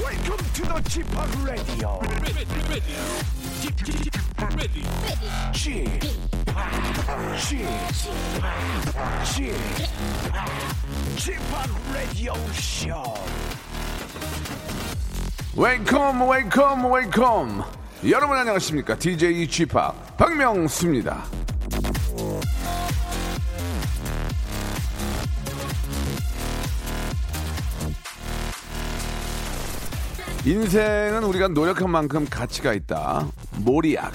Welcome to the Chip Radio. ready, ready, ready, ready. Chip, Chip, Chip, Chip Radio Show. 웨이컴 웨이컴 웨이컴 여러분 안녕하십니까 DJ g 파 박명수입니다 인생은 우리가 노력한 만큼 가치가 있다 모리악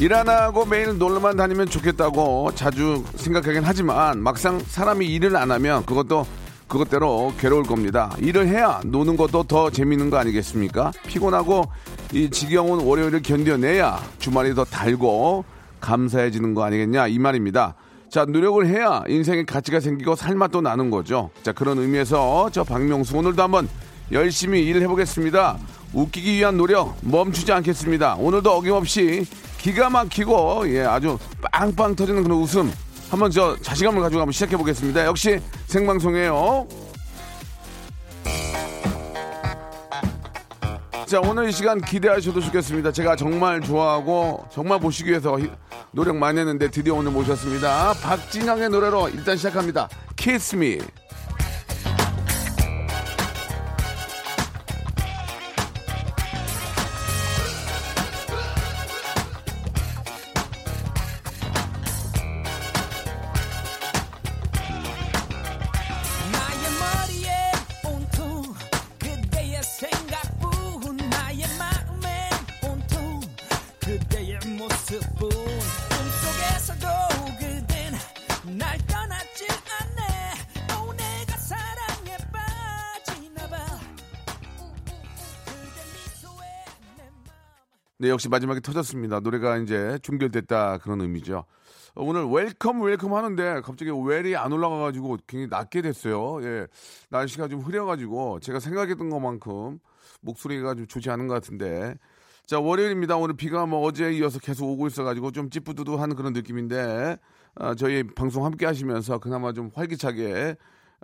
일 안 하고 매일 놀러만 다니면 좋겠다고 자주 생각하긴 하지만 막상 사람이 일을 안 하면 그것도 그것대로 괴로울 겁니다. 일을 해야 노는 것도 더 재밌는 거 아니겠습니까? 피곤하고 이 지겨운 월요일을 견뎌내야 주말이 더 달고 감사해지는 거 아니겠냐 이 말입니다. 자 노력을 해야 인생에 가치가 생기고 살맛도 나는 거죠. 자 그런 의미에서 저 박명수 오늘도 한번 열심히 일을 해보겠습니다. 웃기기 위한 노력 멈추지 않겠습니다. 오늘도 어김없이 기가 막히고 예 아주 빵빵 터지는 그런 웃음 한번 저 자신감을 가지고 한번 시작해 보겠습니다. 역시 생방송이에요. 자 오늘 이 시간 기대하셔도 좋겠습니다. 제가 정말 좋아하고 정말 모시기 위해서 히- 노력 많이 했는데 드디어 오늘 모셨습니다. 박진영의 노래로 일단 시작합니다. Kiss Me. 나의 머리에 온통 그대의 생각뿐 나의 마음에 온통 그대의 모습뿐 꿈속에서도 그댄 날 떠나질 않네 또 내가 사랑에 빠지나봐 그대 미소에 내 마음 네, 역시 마지막에 터졌습니다. 노래가 이제 종결됐다 그런 의미죠. 어, 오늘 웰컴 웰컴 하는데 갑자기 웰이 안 올라가가지고 굉장히 낮게 됐어요. 예, 날씨가 좀 흐려가지고 제가 생각했던 것만큼 목소리가 좀 좋지 않은 것 같은데. 자, 월요일입니다. 오늘 비가 뭐 어제에 이어서 계속 오고 있어가지고 좀 찌뿌두두한 그런 느낌인데 아, 저희 방송 함께 하시면서 그나마 좀 활기차게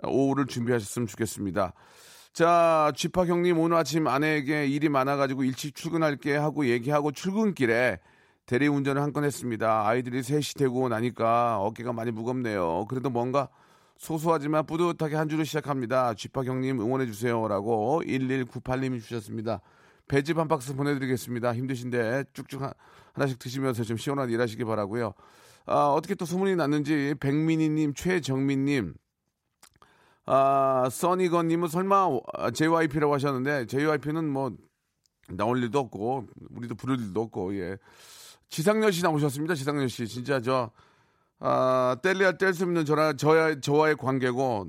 오후를 준비하셨으면 좋겠습니다. 자, 쥐팍 형님 오늘 아침 아내에게 일이 많아가지고 일찍 출근할게 하고 얘기하고 출근길에 대리운전을 한 건 했습니다. 아이들이 셋이 되고 나니까 어깨가 많이 무겁네요. 그래도 뭔가 소소하지만 뿌듯하게 한 주를 시작합니다. 쥐팍 형님 응원해주세요라고 1198님이 주셨습니다. 배즙 한 박스 보내드리겠습니다. 힘드신데 쭉쭉 하- 하나씩 드시면서 좀 시원한 일하시기 바라고요. 아, 어떻게 또 소문이 났는지 백민희님, 최정민님, 아, 써니건님은 설마 아, JYP라고 하셨는데 JYP는 뭐 나올 일도 없고 우리도 부를 일도 없고 예. 지상렬 씨 나오셨습니다. 지상렬 씨 진짜 저 아, 뗄래야 뗄 수 없는 저라 저야 저와의 관계고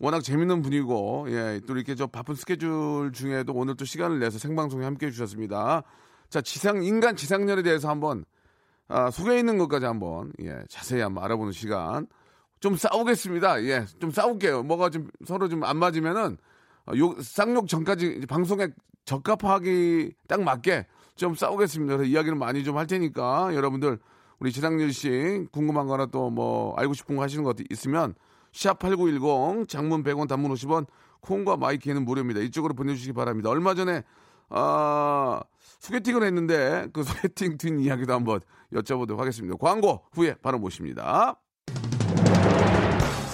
워낙 재밌는 분이고 예, 또 이렇게 저 바쁜 스케줄 중에도 오늘 또 시간을 내서 생방송에 함께 해 주셨습니다. 자, 지상 인간 지상렬에 대해서 한번 아, 속에 있는 것까지 한번 예, 자세히 한번 알아보는 시간 좀 싸우겠습니다. 예, 좀 싸울게요. 뭐가 좀 서로 좀 안 맞으면은 어, 욕 쌍욕 전까지 이제 방송에 적합하기 딱 맞게 좀 싸우겠습니다. 그래서 이야기를 많이 좀 할 테니까 여러분들 우리 지상렬 씨 궁금한 거나 또 뭐 알고 싶은 거 하시는 거 어디 있으면 샵8910 장문 100원 단문 50원 콩과 마이키는 무료입니다. 이쪽으로 보내주시기 바랍니다. 얼마 전에 아, 소개팅을 했는데 그 소개팅 뒷 이야기도 한번 여쭤보도록 하겠습니다. 광고 후에 바로 모십니다.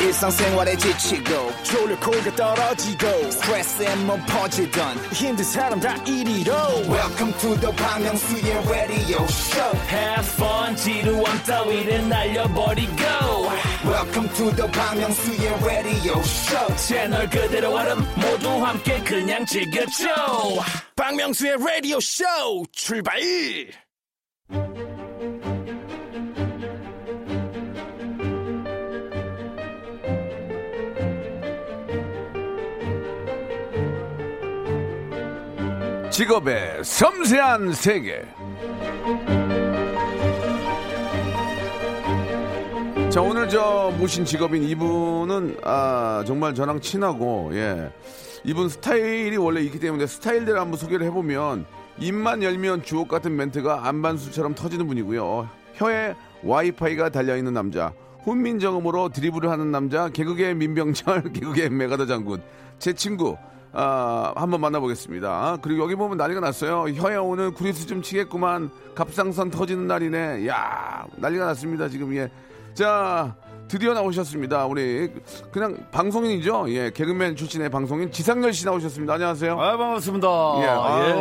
일상생활에 지치고, 졸려 코가 떨어지고, 스트레스에 몸 퍼지던, 힘든 사람 다 이리로. welcome to the Bang Myung-soo's radio show Have fun 지루함 따위를 날려버리고 welcome to the Bang Myung-soo's radio show 채널 그대로 얼음 모두 함께 그냥 즐겨줘 박명수의 라디오 쇼 출발! 직업의 섬세한 세계. 자 오늘 저 모신 직업인 이분은 아 정말 저랑 친하고 예 이분 스타일이 원래 있기 때문에 스타일대로 한번 소개를 해보면 입만 열면 주옥 같은 멘트가 안반수처럼 터지는 분이고요 혀에 와이파이가 달려있는 남자 훈민정음으로 드리블을 하는 남자 개그계의 민병철 개그계의 메가더 장군 제 친구 아, 한번 만나보겠습니다. 아, 그리고 여기 보면 난리가 났어요. 혀에 오늘 구리수 좀 치겠구만. 갑상선 터지는 날이네. 야 난리가 났습니다. 지금 예. 자, 드디어 나오셨습니다. 우리 그냥 방송인이죠. 예, 개그맨 출신의 방송인 지상렬 씨 나오셨습니다. 안녕하세요. 아 반갑습니다. 예, 아유,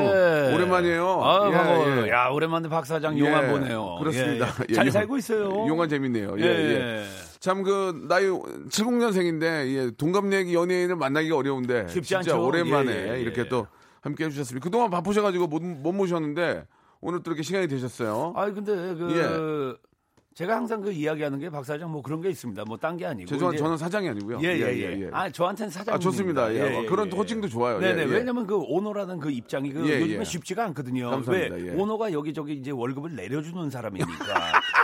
예. 오랜만이에요. 아유, 예, 반가워요. 예. 야 오랜만에 박 사장 용안 보네요. 그렇습니다. 예, 예, 잘 용- 살고 있어요. 용안 재밌네요. 예, 예. 예. 참 그 나이 70년생인데 예, 동갑내기 연예인을 만나기가 어려운데 쉽지 진짜 않죠. 오랜만에 예, 예, 예. 이렇게 또 함께 해주셨습니다. 그동안 바쁘셔가지고 못, 못 모셨는데 오늘 또 이렇게 시간이 되셨어요. 아 근데 그 예. 제가 항상 그 이야기하는 게 박 사장 뭐 그런 게 있습니다. 뭐 딴 게 아니고. 죄송한 이제- 저는 사장이 아니고요. 예, 예, 예. 아, 저한테는 사장. 아, 좋습니다. 예, 그런 호칭도 좋아요. 네네. 예, 예. 왜냐면 그 오너라는 그 입장이 그 예, 요즘에 예. 쉽지가 않거든요. 감사합니다. 왜 예. 오너가 여기저기 이제 월급을 내려주는 사람이니까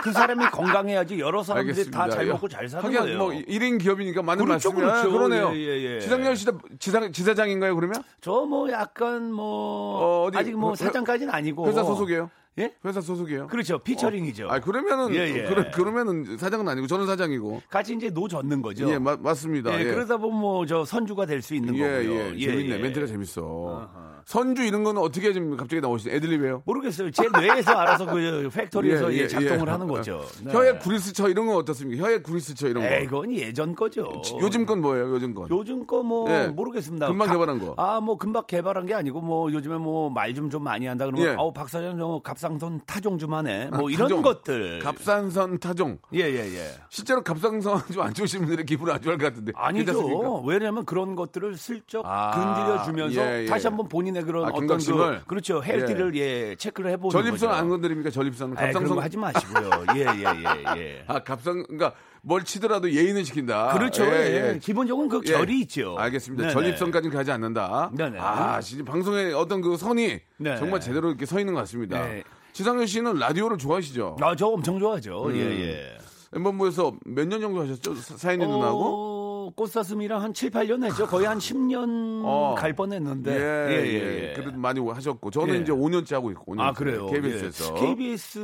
그 사람이 건강해야지 여러 사람들이 알겠습니다. 다 잘 예. 먹고 잘 사는 하긴 거예요. 뭐 1인 기업이니까 많은 그렇죠, 말씀이 아, 그렇죠. 그러네요. 예, 예, 예. 지상렬 씨다 지상 지사장인가요 그러면? 저 뭐 약간 뭐 어, 어디- 아직 뭐 회- 사장까지는 아니고 회사 소속이에요? 예? 회사 소속이에요? 그렇죠. 피처링이죠. 아 그러면은 예, 예. 그러, 그러면은 사장은 아니고 저는 사장이고 같이 이제 노젓는 거죠. 예 마- 맞습니다. 예, 그러다 보면 뭐 저 선주가 될 수 있는 예, 거고요. 예, 재밌네. 예. 멘트가 재밌어. 선주 이런 거는 어떻게 지금 갑자기 나오시죠? 애들리베요? 모르겠어요. 제 뇌에서 알아서 그 팩토리에서 예, 작동을 하는 거죠. 네. 어. 혀에 구리스처 이런 건 어떻습니까? 혀에 구리스처 이런 거. 에이, 그건 예전 거죠. 요즘 건 뭐예요? 요즘 건? 요즘 거 뭐 예. 모르겠습니다. 금방 가- 개발한 거. 아, 뭐 금방 개발한 게 아니고 뭐 요즘에 뭐 말 좀 좀 많이 한다 그러면 예. 아우 박사장 저 갑상선 타종 좀 하네. 뭐 아, 이런 타종. 것들. 갑상선 타종. 예, 예, 예. 실제로 갑상선 좀 안 좋으신 분들의 기분 안 좋을 것 같은데. 아니죠. 괜찮습니까? 왜냐하면 그런 것들을 슬쩍 아, 건드려 주면서 예, 예. 다시 한번 본인의 그런 아, 어떤 경각심을? 그, 그렇죠 헬티를 예, 체크를 해보는 거죠. 전립선 안 건드립니까? 전립선. 에이, 그런 갑상선. 거 하지 마시고요. 예예예 예, 예. 아, 갑상, 그러니까 뭘 치더라도 아, 예의는 지킨다. 그렇죠. 예, 기본적으로 그 예. 결이 있죠. 알겠습니다. 네네. 전립선까지는 가지 않는다. 네네. 아, 진짜 방송에 어떤 그 선이 네. 정말 제대로 이렇게 서 있는 것 같습니다. 네. 지상현 씨는 라디오를 좋아하시죠? 아, 저 엄청 좋아하죠. 예 음. 예. 엠번부에서 몇 년 정도 하셨죠? 사- 사인이 누나하고? 어, 꽃사슴이랑 한 7, 8년 했죠. 거의 한 10년 어. 갈 뻔했는데. 예, 예, 네. 예. 그래도 많이 하셨고. 저는 예. 이제 5년째 하고 있고. 5년째. 아 그래요. KBS에서. 예. KBS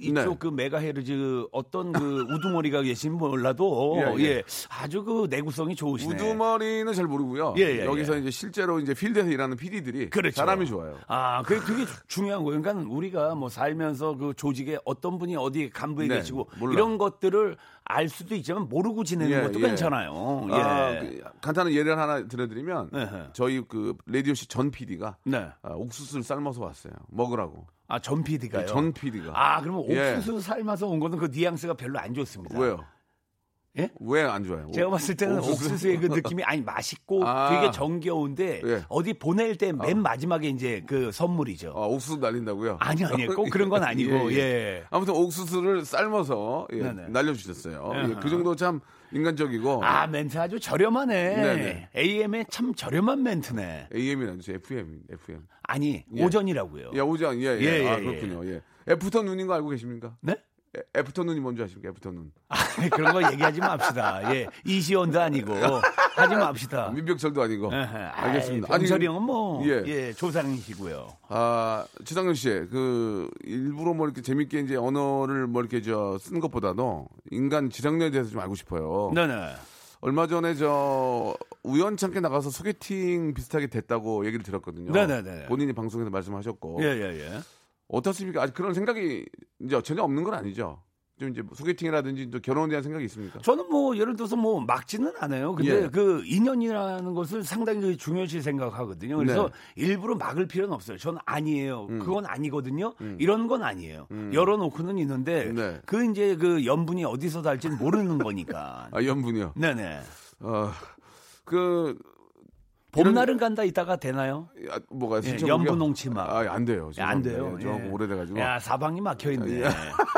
이쪽 네. 그 메가헤르즈 어떤 그 우두머리가 계신 몰라도 예, 예, 예. 아주 그 내구성이 좋으시네. 우두머리는 잘 모르고요. 예, 예, 여기서 이제 실제로 이제 필드에서 일하는 PD들이 그렇죠. 사람이 좋아요. 아, 그게 되게 주- 중요한 거예요. 그러니까 우리가 뭐 살면서 그 조직에 어떤 분이 어디 간부에 네, 계시고 몰라. 이런 것들을 알 수도 있지만 모르고 지내는 예, 것도 예. 괜찮아요. 예. 아, 그 간단한 예를 하나 들어드리면 네. 저희 그 라디오 씨전 PD가 아, 네. 옥수수를 삶아서 왔어요. 먹으라고. 아, 전 PD가요. 전 PD가. 아, 그러면 예. 옥수수 삶아서 온 거는 그 뉘앙스가 별로 안 좋습니다. 왜요? 예? 왜 안 좋아요? 제가 봤을 때는 옥수수. 옥수수. 의그 느낌이 아니 맛있고 아. 되게 정겨운데 예. 어디 보낼 때 맨 마지막에 이제 그 선물이죠. 아, 옥수수 날린다고요? 아니 아니 꼭 그런 건 아니고 예. 아무튼 옥수수를 삶아서 예, 네네. 날려주셨어요. 예, 아하. 그 정도 참 인간적이고 아 멘트 아주 저렴하네. 네네. AM에 참 저렴한 멘트네. AM이라는지 FM, FM. 아니 예. 오전이라고요. 예, 오지 않, 예, 예. 예, 아, 예, 그렇군요. 예. 애프터 눈인 거 알고 계십니까? 네? 애- 애프터 눈이 뭔지 아십니까? 애프터 눈. 아, 그런 거 얘기하지 맙시다. 예, 이시연도 아니고 하지 맙시다. 민병철도 아니고. 에헤, 알겠습니다. 아이, 병철이 아니, 형은 뭐 예. 예, 조상이시고요. 아, 지상현 씨, 그, 일부러 뭐 이렇게 재밌게 이제 언어를 뭐 이렇게 저, 쓴 네. 것보다도 인간 지상렬에 대해서 좀 알고 싶어요. 네네. 얼마 전에 저, 우연찮게 나가서 소개팅 비슷하게 됐다고 얘기를 들었거든요. 네네네. 본인이 방송에서 말씀하셨고. 예, 예, 예. 어떻습니까? 아직 그런 생각이 이제 전혀 없는 건 아니죠. 좀 이제 소개팅이라든지 또 결혼에 대한 생각이 있습니까? 저는 뭐 예를 들어서 뭐 막지는 않아요. 근데 예. 그 인연이라는 것을 상당히 중요시 생각하거든요. 그래서 네. 일부러 막을 필요는 없어요. 저는 아니에요. 음. 그건 아니거든요. 이런 건 아니에요. 열어놓고는 있는데 네. 그 이제 그 연분이 어디서 달지는 모르는 거니까. 아, 연분이요. 네네. 어, 그 봄날은 간다 있다가 되나요? 아, 뭐가 예, 신청곡이요? 연분홍치마. 아, 안 돼요. 예, 안 돼요. 예, 좀 예. 오래돼가지고. 야 사방이 막혀 있네.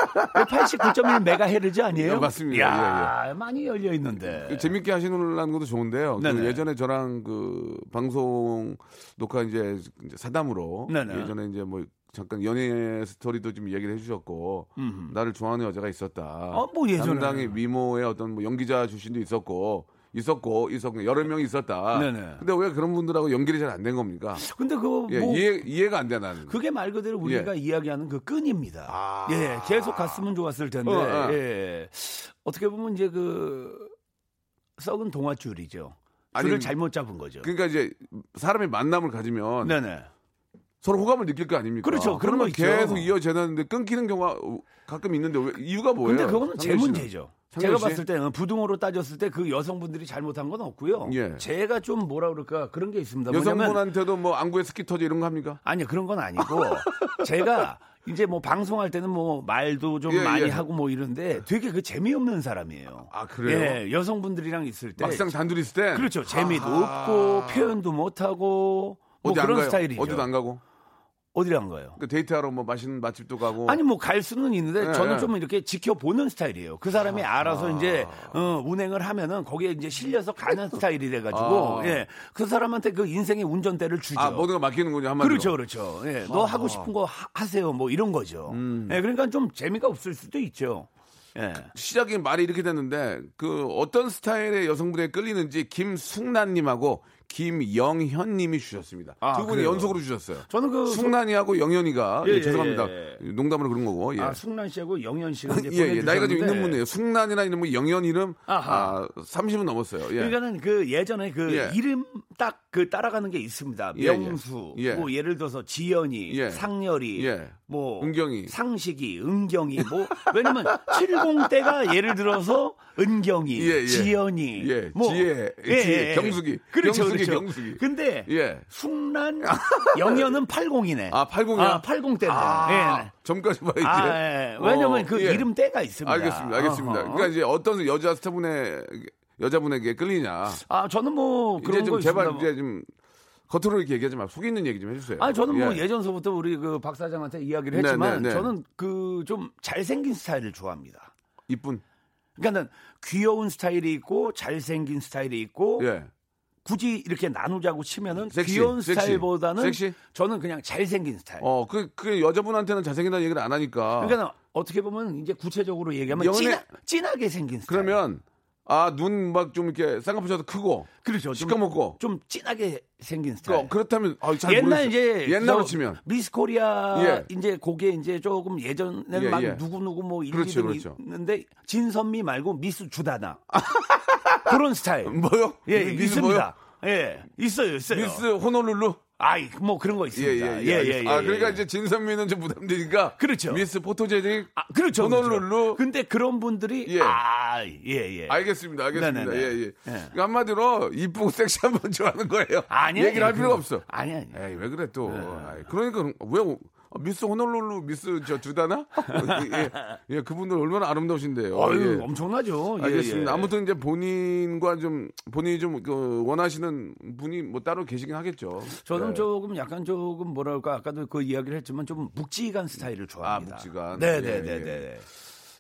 그89.1 메가헤르즈 아니에요? 예, 맞습니다. 야, 많이 열려 있는데. 그 재밌게 하시는 것도 좋은데요. 그 네네. 예전에 저랑 그 방송 녹화 이제 이제 사담으로 네네. 예전에 이제 뭐 잠깐 연애 스토리도 좀 얘기를 해주셨고 음흠. 나를 좋아하는 여자가 있었다. 어, 뭐 예전에. 당히 미모의 어떤 뭐 연기자 출신도 있었고 있었고 있었고 여러 명이 있었다. 네네. 근데 왜 그런 분들하고 연결이 잘 안 된 겁니까? 근데 그거 예, 뭐 이해 이해가 안 돼 나는. 그게 말 그대로 예. 우리가 이야기하는 그 끈입니다. 예, 계속 갔으면 좋았을 텐데. 아. 어, 어. 예. 어떻게 보면 이제 그 썩은 동아줄이죠. 아니, 줄을 잘못 잡은 거죠. 그러니까 이제 사람이 만남을 가지면 네네. 서로 호감을 느낄 거 아닙니까? 그렇죠. 그런 그러면 거 있죠. 계속 이어지는데 끊기는 경우가 가끔 있는데 왜, 이유가 뭐예요? 근데 그거는 제 상렬 씨는? 문제죠. 상렬 제가 씨? 봤을 때는 어, 부등호로 따졌을 때 그 여성분들이 잘못한 건 없고요. 예. 제가 좀 뭐라 그럴까 그런 게 있습니다. 뭐냐면 여성분한테도 뭐 안구에 스키 터지 이런 거 합니까? 아니요 그런 건 아니고 제가 이제 뭐 방송할 때는 뭐 말도 좀 예, 많이 예. 하고 뭐 이런데 되게 그 재미없는 사람이에요. 아 그래요? 예, 여성분들이랑 있을 때 막상 단둘이 있을 때 그렇죠 재미도 아하. 없고 표현도 못하고 뭐 어디 안 그런 가요? 스타일이죠. 어디도 안 가고 어디를 안 가요? 그 데이트하러 뭐 맛있는 맛집도 가고 아니 뭐 갈 수는 있는데 예, 저는 예. 좀 이렇게 지켜보는 스타일이에요. 그 사람이 알아서 이제 어, 운행을 하면은 거기에 이제 실려서 가는 스타일이 돼가지고 아. 예, 그 사람한테 그 인생의 운전대를 주죠. 아 모든 거 맡기는군요 한마디로 그렇죠, 그렇죠. 예, 너 하고 싶은 거 하, 하세요, 뭐 이런 거죠. 음. 예, 그러니까 좀 재미가 없을 수도 있죠. 예. 시작이 말이 이렇게 됐는데 그 어떤 스타일의 여성분에 끌리는지 김숙란님하고 김영현님이 주셨습니다. 아, 두 분이 그래요? 연속으로 주셨어요. 저는 그 숙란이하고 영현이가 예, 예, 예, 죄송합니다. 예, 농담으로 그런 거고. 예. 아, 숙란 씨하고 영현 씨가 이제 예, 예, 나이가 좀 있는 보내주셨는데 분이에요. 숙란이나 이런 분, 영현 이름 아하. 아, 30은 넘었어요. 예. 그러니까는 그 예전에 그 예. 이름 딱 그 따라가는 게 있습니다. 예, 예. 명수, 예. 뭐 예를 들어서 지연이, 예. 상렬이, 예. 뭐 은경이. 상식이, 은경이, 뭐 왜냐면 70대가 예를 들어서 은경이, 예, 예. 지연이, 예, 뭐 지혜, 지혜, 경숙이. 그렇죠, 경숙이, 그렇죠. 경숙이. 근데 예. 숙란 영현은 80이네. 아, 80이요? 아, 80대입니다. 예. 아, 점까지 봐야 지 아, 예. 왜냐면 그 이름 때가 있습니다. 알겠습니다. 알겠습니다. 어허. 그러니까 이제 어떤 여자 스타분의 여자분에게 끌리냐. 아, 저는 뭐 그런 이제 거 좀 제발 있습니다. 이제 좀 겉으로 이렇게 얘기하지 말고 속에 있는 얘기 좀 해주세요. 아니 저는 뭐 예. 예전서부터 우리 그 박 사장한테 이야기를 네, 했지만 네, 네. 저는 그 좀 잘생긴 스타일을 좋아합니다. 이쁜. 그러니까는 귀여운 스타일이 있고 잘생긴 스타일이 있고 예. 굳이 이렇게 나누자고 치면은 섹시, 귀여운 섹시. 스타일보다는 섹시? 저는 그냥 잘생긴 스타일. 어, 그, 그 여자분한테는 잘생긴다는 얘기를 안 하니까. 그러니까 는 어떻게 보면 이제 구체적으로 얘기하면 연애- 찐하, 찐하게 생긴 스타일. 그러면, 아, 눈 막 좀 이렇게 쌍꺼풀처럼 크고. 그렇죠. 좀, 시커멓고. 좀 찐하게 생긴 스타일. 그, 그렇다면, 아, 잘 네. 옛날 모르겠어요. 이제 옛날로 저 치면. 미스코리아 예. 이제 거기에 이제 조금 예전에는 예, 막 예. 누구 누구 뭐 일기 그렇죠, 등 그렇죠. 있는데 진선미 말고 미스 주다나 그런 스타일 뭐요? 예 미스 있습니다 예 있어요 있어요 미스 호놀룰루? 아이 뭐 그런 거 예, 예, 있습니다 예. 알겠습니다. 아, 그러니까 이제 진선미는 좀 부담되니까. 그렇죠. 미스 포토제닉. 아, 그렇죠 호놀룰루. 그렇죠. 근데 그런 분들이 예. 아예예 알겠습니다, 알겠습니다. 네네네. 예, 예. 예. 그러니까 한마디로 이쁘고 섹시한 분 좋아하는 거예요. 얘기를 할 필요가 없어. 아니 아니 에이 왜 그래 네. 또 아이, 그러니까 그런- 왜 오- 어, 미스 호놀룰루 미스 저 주다나 예, 예, 그분들 얼마나 아름다우신데요. 어유 예. 엄청나죠 예, 알겠습니다. 예. 아무튼 이제 본인과 좀 본인이 좀 그 원하시는 분이 뭐 따로 계시긴 하겠죠. 저는 네. 조금 약간 조금 뭐랄까 아까도 그 이야기를 했지만 좀 묵직한 스타일을 좋아합니다. 아, 묵직한. 네네네네. 예, 예.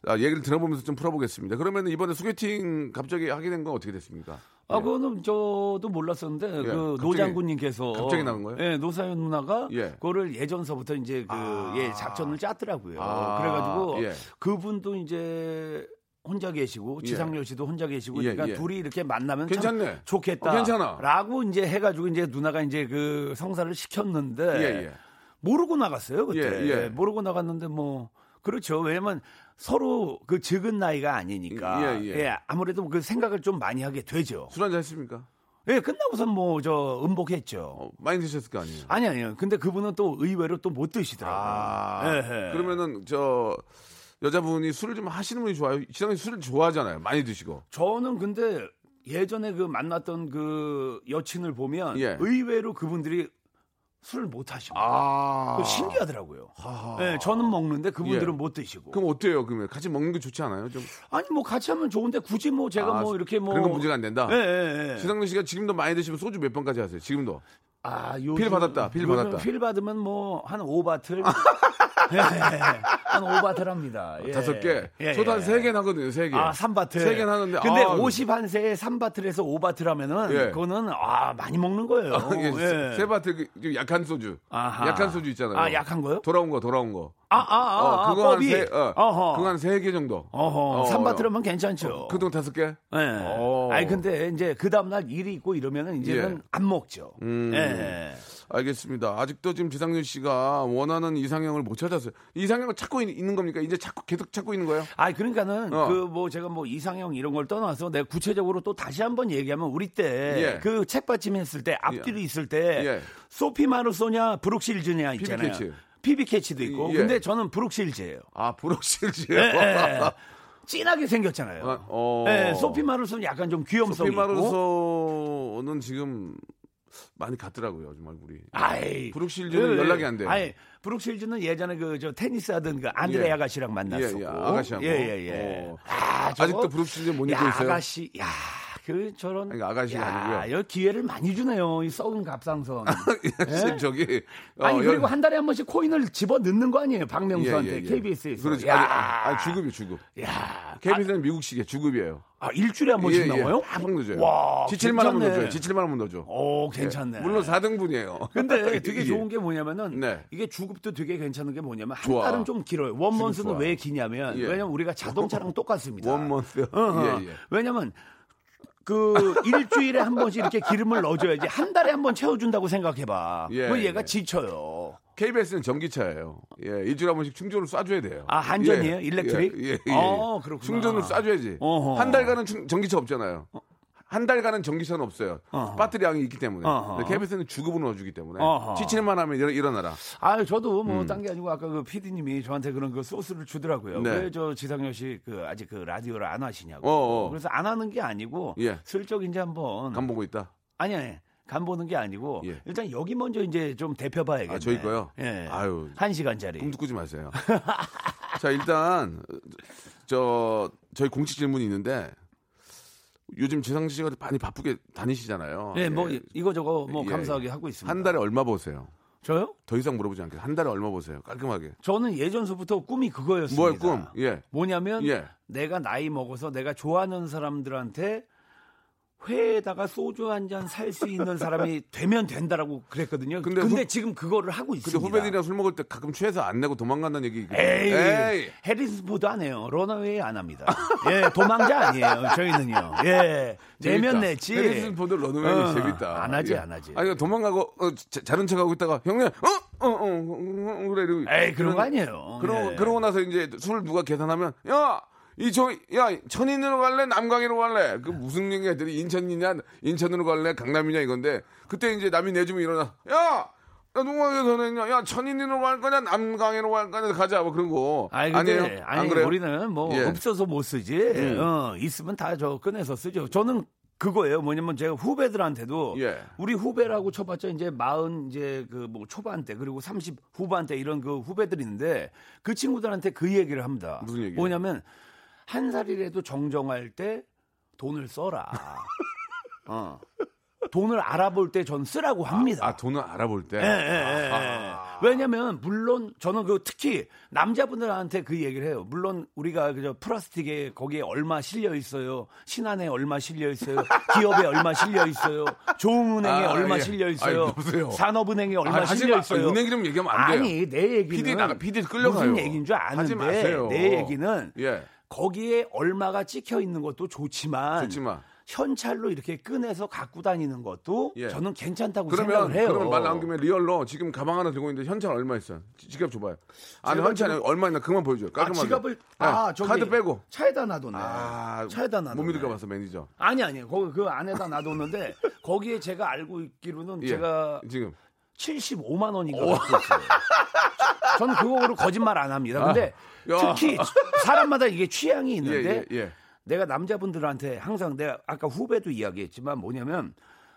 아, 얘기를 들어보면서 좀 풀어보겠습니다. 그러면 이번에 소개팅 갑자기 하게 된 건 어떻게 됐습니까? 아 예. 그거는 저도 몰랐었는데 그 갑자기- 노장군님께서 갑자기 나온 거예요? 예, 노사연 누나가 예. 그거를 예전서부터 이제 그 예, 작전을 짰더라고요. 아, 그래가지고 예. 그분도 이제. 혼자 계시고 예. 지상렬 씨도 혼자 계시고 예, 그러니까 예. 둘이 이렇게 만나면 참 괜찮네. 좋겠다. 어, 괜찮아. 라고 이제 해가지고 이제 누나가 이제 그 성사를 시켰는데 예, 예. 모르고 나갔어요 그때 예, 예. 모르고 나갔는데 뭐 그렇죠 왜냐면 서로 그 적은 나이가 아니니까 예, 예. 아무래도 그 생각을 좀 많이 하게 되죠 술 한잔 했습니까? 어, 예, 끝나고선 뭐 저 음복했죠. 많이 드셨을 거 아니에요? 아니 아니요. 근데 그분은 또 의외로 또 못 드시더라고요. 아, 예, 예. 그러면은 저 여자분이 술을 좀 하시는 분이 좋아요. 지상이 술을 좋아하잖아요. 많이 드시고. 저는 근데 예전에 그 만났던 그 여친을 보면 예. 의외로 그분들이 술을 못 하시고 아. 그거 신기하더라고요. 예, 저는 먹는데 그분들은 예. 못 드시고. 그럼 어때요? 그러면 같이 먹는 게 좋지 않아요? 좀 아니 뭐 같이 하면 좋은데 굳이 뭐 제가 아, 뭐 이렇게 뭐 그런 건 문제가 안 된다. 예, 예, 예. 지상민 씨가 지금도 많이 드시면 소주 몇 번까지 하세요? 지금도. 아, 요즘- 필 받았다, 필 요즘 받았다. 필 받으면 뭐 한 5바틀. 예, 한 5바틀 합니다. 예. 다섯 개. 예, 저도 예. 한 세 개는 하거든요. 세 개. 아, 3바틀. 세 개는 하는데. 근데 아, 51세에 3바틀에서 5바틀 하면은 예. 그거는 아, 많이 먹는 거예요. 예, 예. 세 바트 그- 좀 약한 소주. 아하. 약한 소주 있잖아요. 아, 약한 거요? 돌아온 거, 돌아온 거. 어, 아, 아, 아, 아, 그거 한 법이. 세, 어, 어허. 그거 한 세 개 정도. 어허, 어, 3바틀 어. 하면 괜찮죠. 그동 다섯 개? 예. 어. 아니 근데 이제 그 다음 날 일이 있고 이러면은 이제는 예. 안 먹죠. 음. 예. 알겠습니다. 아직도 지금 지상윤 씨가 원하는 이상형을 못 찾았어요. 이상형을 찾고 있, 는 겁니까? 이제 찾고 계속 찾고 있는 거예요? 아, 그러니까는 어. 그 뭐 제가 뭐 이상형 이런 걸 떠나서 내가 구체적으로 또 다시 한번 얘기하면 우리 때 예. 그 책받침 했을 때 앞뒤로 예. 있을 때 예. 소피 마르소냐 브룩실즈냐 있잖아요. 피비캐치. 피비 캐치도 있고. 예. 근데 저는 브룩실즈예요. 아, 브록실지요. 예, 예. 진하게 생겼잖아요. 아, 어. 예, 소피 마르소는 약간 좀 귀염성 소피 이 있고. 마르소는 지금 많이 갔더라고요. 정말 우리. 아이. 네. 브룩실즈는 그, 연락이 안 돼요. 아이, 브룩실즈는 예전에 그 저 테니스 하던 그 안드레 예. 아가씨랑 만났었고. 예, 예, 아가씨하고. 예, 예, 예. 어. 아, 저거- 아직도 브룩실즈 못 야, 잊고 있어요? 아가씨, 야, 그 저런. 아니, 아가씨가 아니고요. 여기 기회를 많이 주네요. 이 썩은 갑상선. 예? 저기 어, 아니 연- 그리고 한 달에 한 번씩 코인을 집어 넣는 거 아니에요, 박명수한테 예, 예, 예. KBS에서. 그렇죠. 야, 아니, 아니, 주급이 주급. 야, KBS는 미국식이에요. 주급이에요. 아, 일주일에 한 예, 번씩 나와요? 한번 넣어줘요. 와, 지칠만 하면 괜찮네. 넣어줘요. 지칠만 하면 넣어줘. 오, 괜찮네. 예. 물론 아, 4등분이에요. 예, 근데 되게 좋은 게 뭐냐면은 네. 이게 주급도 되게 괜찮은 게 뭐냐면 한 좋아. 달은 좀 길어요. 원먼스는 좋아. 왜 기냐면 예. 왜냐면 우리가 자동차랑 똑같습니다. 원먼스. 어허. 예, 예. 왜냐면 그 일주일에 한 번씩 이렇게 기름을 넣어줘야지 한 달에 한 번 채워준다고 생각해봐. 예, 그 얘가 예. 지쳐요. KBS는 전기차예요. 예, 일주일에 한 번씩 충전을 쏴줘야 돼요. 아, 한전이에요? 예, 일렉트릭? 예, 예, 예. 어, 그렇구나. 충전을 쏴줘야지. 어허. 어. 한 달간은 충- 전기차 없잖아요. 한 달간은 전기차는 없어요. 어허. 배터리 양이 있기 때문에. 어허. 근데 KBS는 주급은 넣어주기 때문에. 어허. 지칠만 하면 일어- 일어나라. 아, 저도 뭐 딴 게 아니고 아까 그 PD님이 저한테 그런 그 소스를 주더라고요. 음. 네. 왜 저 지상렬 씨그 아직 그 라디오를 안 하시냐고. 어어. 그래서 안 하는 게 아니고 예. 슬쩍 이제 한번 간 보고 있다. 아니 아니 간 보는 게 아니고 예. 일단 여기 먼저 이제 좀 대펴봐야겠네. 아, 저희 거요? 예. 아유. 한 시간짜리. 꿈도 꾸지 마세요. 자, 일단 저 저희 공식 질문이 있는데 요즘 재상지 씨가 많이 바쁘게 다니시잖아요. 예, 뭐 이거 저거 뭐 예, 감사하게 예. 하고 있습니다. 한 달에 얼마 버세요? 저요? 더 이상 물어보지 않게 한 달에 얼마 버세요? 깔끔하게. 저는 예전서부터 꿈이 그거였습니다. 뭐예요, 꿈? 예. 뭐냐면 예. 내가 나이 먹어서 내가 좋아하는 사람들한테 회에다가 소주 한 잔 살 수 있는 사람이 되면 된다라고 그랬거든요. 근데 근데, 후- 지금 그거를 하고 있습니다. 근데 후배들이랑 술 먹을 때 가끔 취해서 안 내고 도망간다는 얘기. 있거든요. 에이, 에이. 해리스포드 안 해요. 러너웨이 안 합니다. 예, 도망자 아니에요. 저희는요. 예, 재밌다. 내면 냈지. 헤리슨 포드 러너웨이 어, 재밌다. 안 하지, 예. 안 하지. 아니 도망가고 어, 자, 자른 척하고 있다가 형님 어, 어, 어, 어, 어 그래 이러고. 에이, 그런 그런- 거 아니에요. 그러, 예. 그러고 나서 이제 술 누가 계산하면 야! 이저야 천인으로 갈래 남강이로 갈래 네. 그 무슨 얘기야 들이 인천이냐 인천으로 갈래 강남이냐 이건데 그때 이제 남이 내주면 일어나 야야 누가 계산했냐 야 천인으로 갈 거냐 남강이로 갈 거냐 가자 뭐 그런 거 아니, 에요 근데, 아니, 안 그래요 우리는 뭐 예. 음. 없어서 못 쓰지. 어, 있으면 다 저 꺼내서 쓰죠. 저는 그거예요. 뭐냐면 제가 후배들한테도 예. 우리 후배라고 쳐봤자 이제 마흔 이제 그 뭐 초반 때 그리고 30 후반 때 이런 그 후배들이 있는데 그 친구들한테 그 얘기를 합니다. 무슨 얘기예요? 뭐냐면 한 살이라도 정정할 때 돈을 써라. 어. 돈을 알아볼 때 전 쓰라고 합니다. 아 돈을 알아볼 때 예, 예, 예. 왜냐면 물론 저는 그 특히 남자분들한테 그 얘기를 해요. 물론 우리가 그저 플라스틱에 거기에 얼마 실려 있어요. 신한에 얼마 실려 있어요. 기업에 얼마 실려 있어요. 조흥은행에 아, 얼마 예. 실려 아이, 있어요. 여보세요. 산업은행에 얼마 아니, 하지 실려 마. 있어요. 은행 이름 얘기하면 안 돼요. 아니 내 얘기는 PD 나가- PD 끌려가요. 무슨 얘기인 줄 아는데 하지 마세요. 내 얘기는 예. 거기에 얼마가 찍혀 있는 것도 좋지만 좋지만. 현찰로 이렇게 꺼내서 갖고 다니는 것도 예. 저는 괜찮다고 그러면 생각을 해요. 그러면 말 나온 김에 리얼로 지금 가방 하나 들고 있는데 현찰 얼마 있어? 지- 지갑 줘봐요. 아니 제가 현찰 지금- 얼마 있나 그만 보여줘. 아, 깔끔하게. 지갑을 예, 아, 저기 카드 빼고. 차에다 놔뒀네. 아, 차에다 놔뒀네. 못 믿을까 봐서 매니저. 아니 아니 거기 그 안에다 놔뒀는데 거기에 제가 알고 있기로는 예, 제가 지금 75만 원인가 갖고 있어요. 저는 그거로 거짓말 안 합니다. 근데 아, 야. 특히 사람마다 이게 취향이 있는데 예, 예, 예. 내가 남자분들한테 항상 내가 아까 후배도 이야기했지만 뭐냐면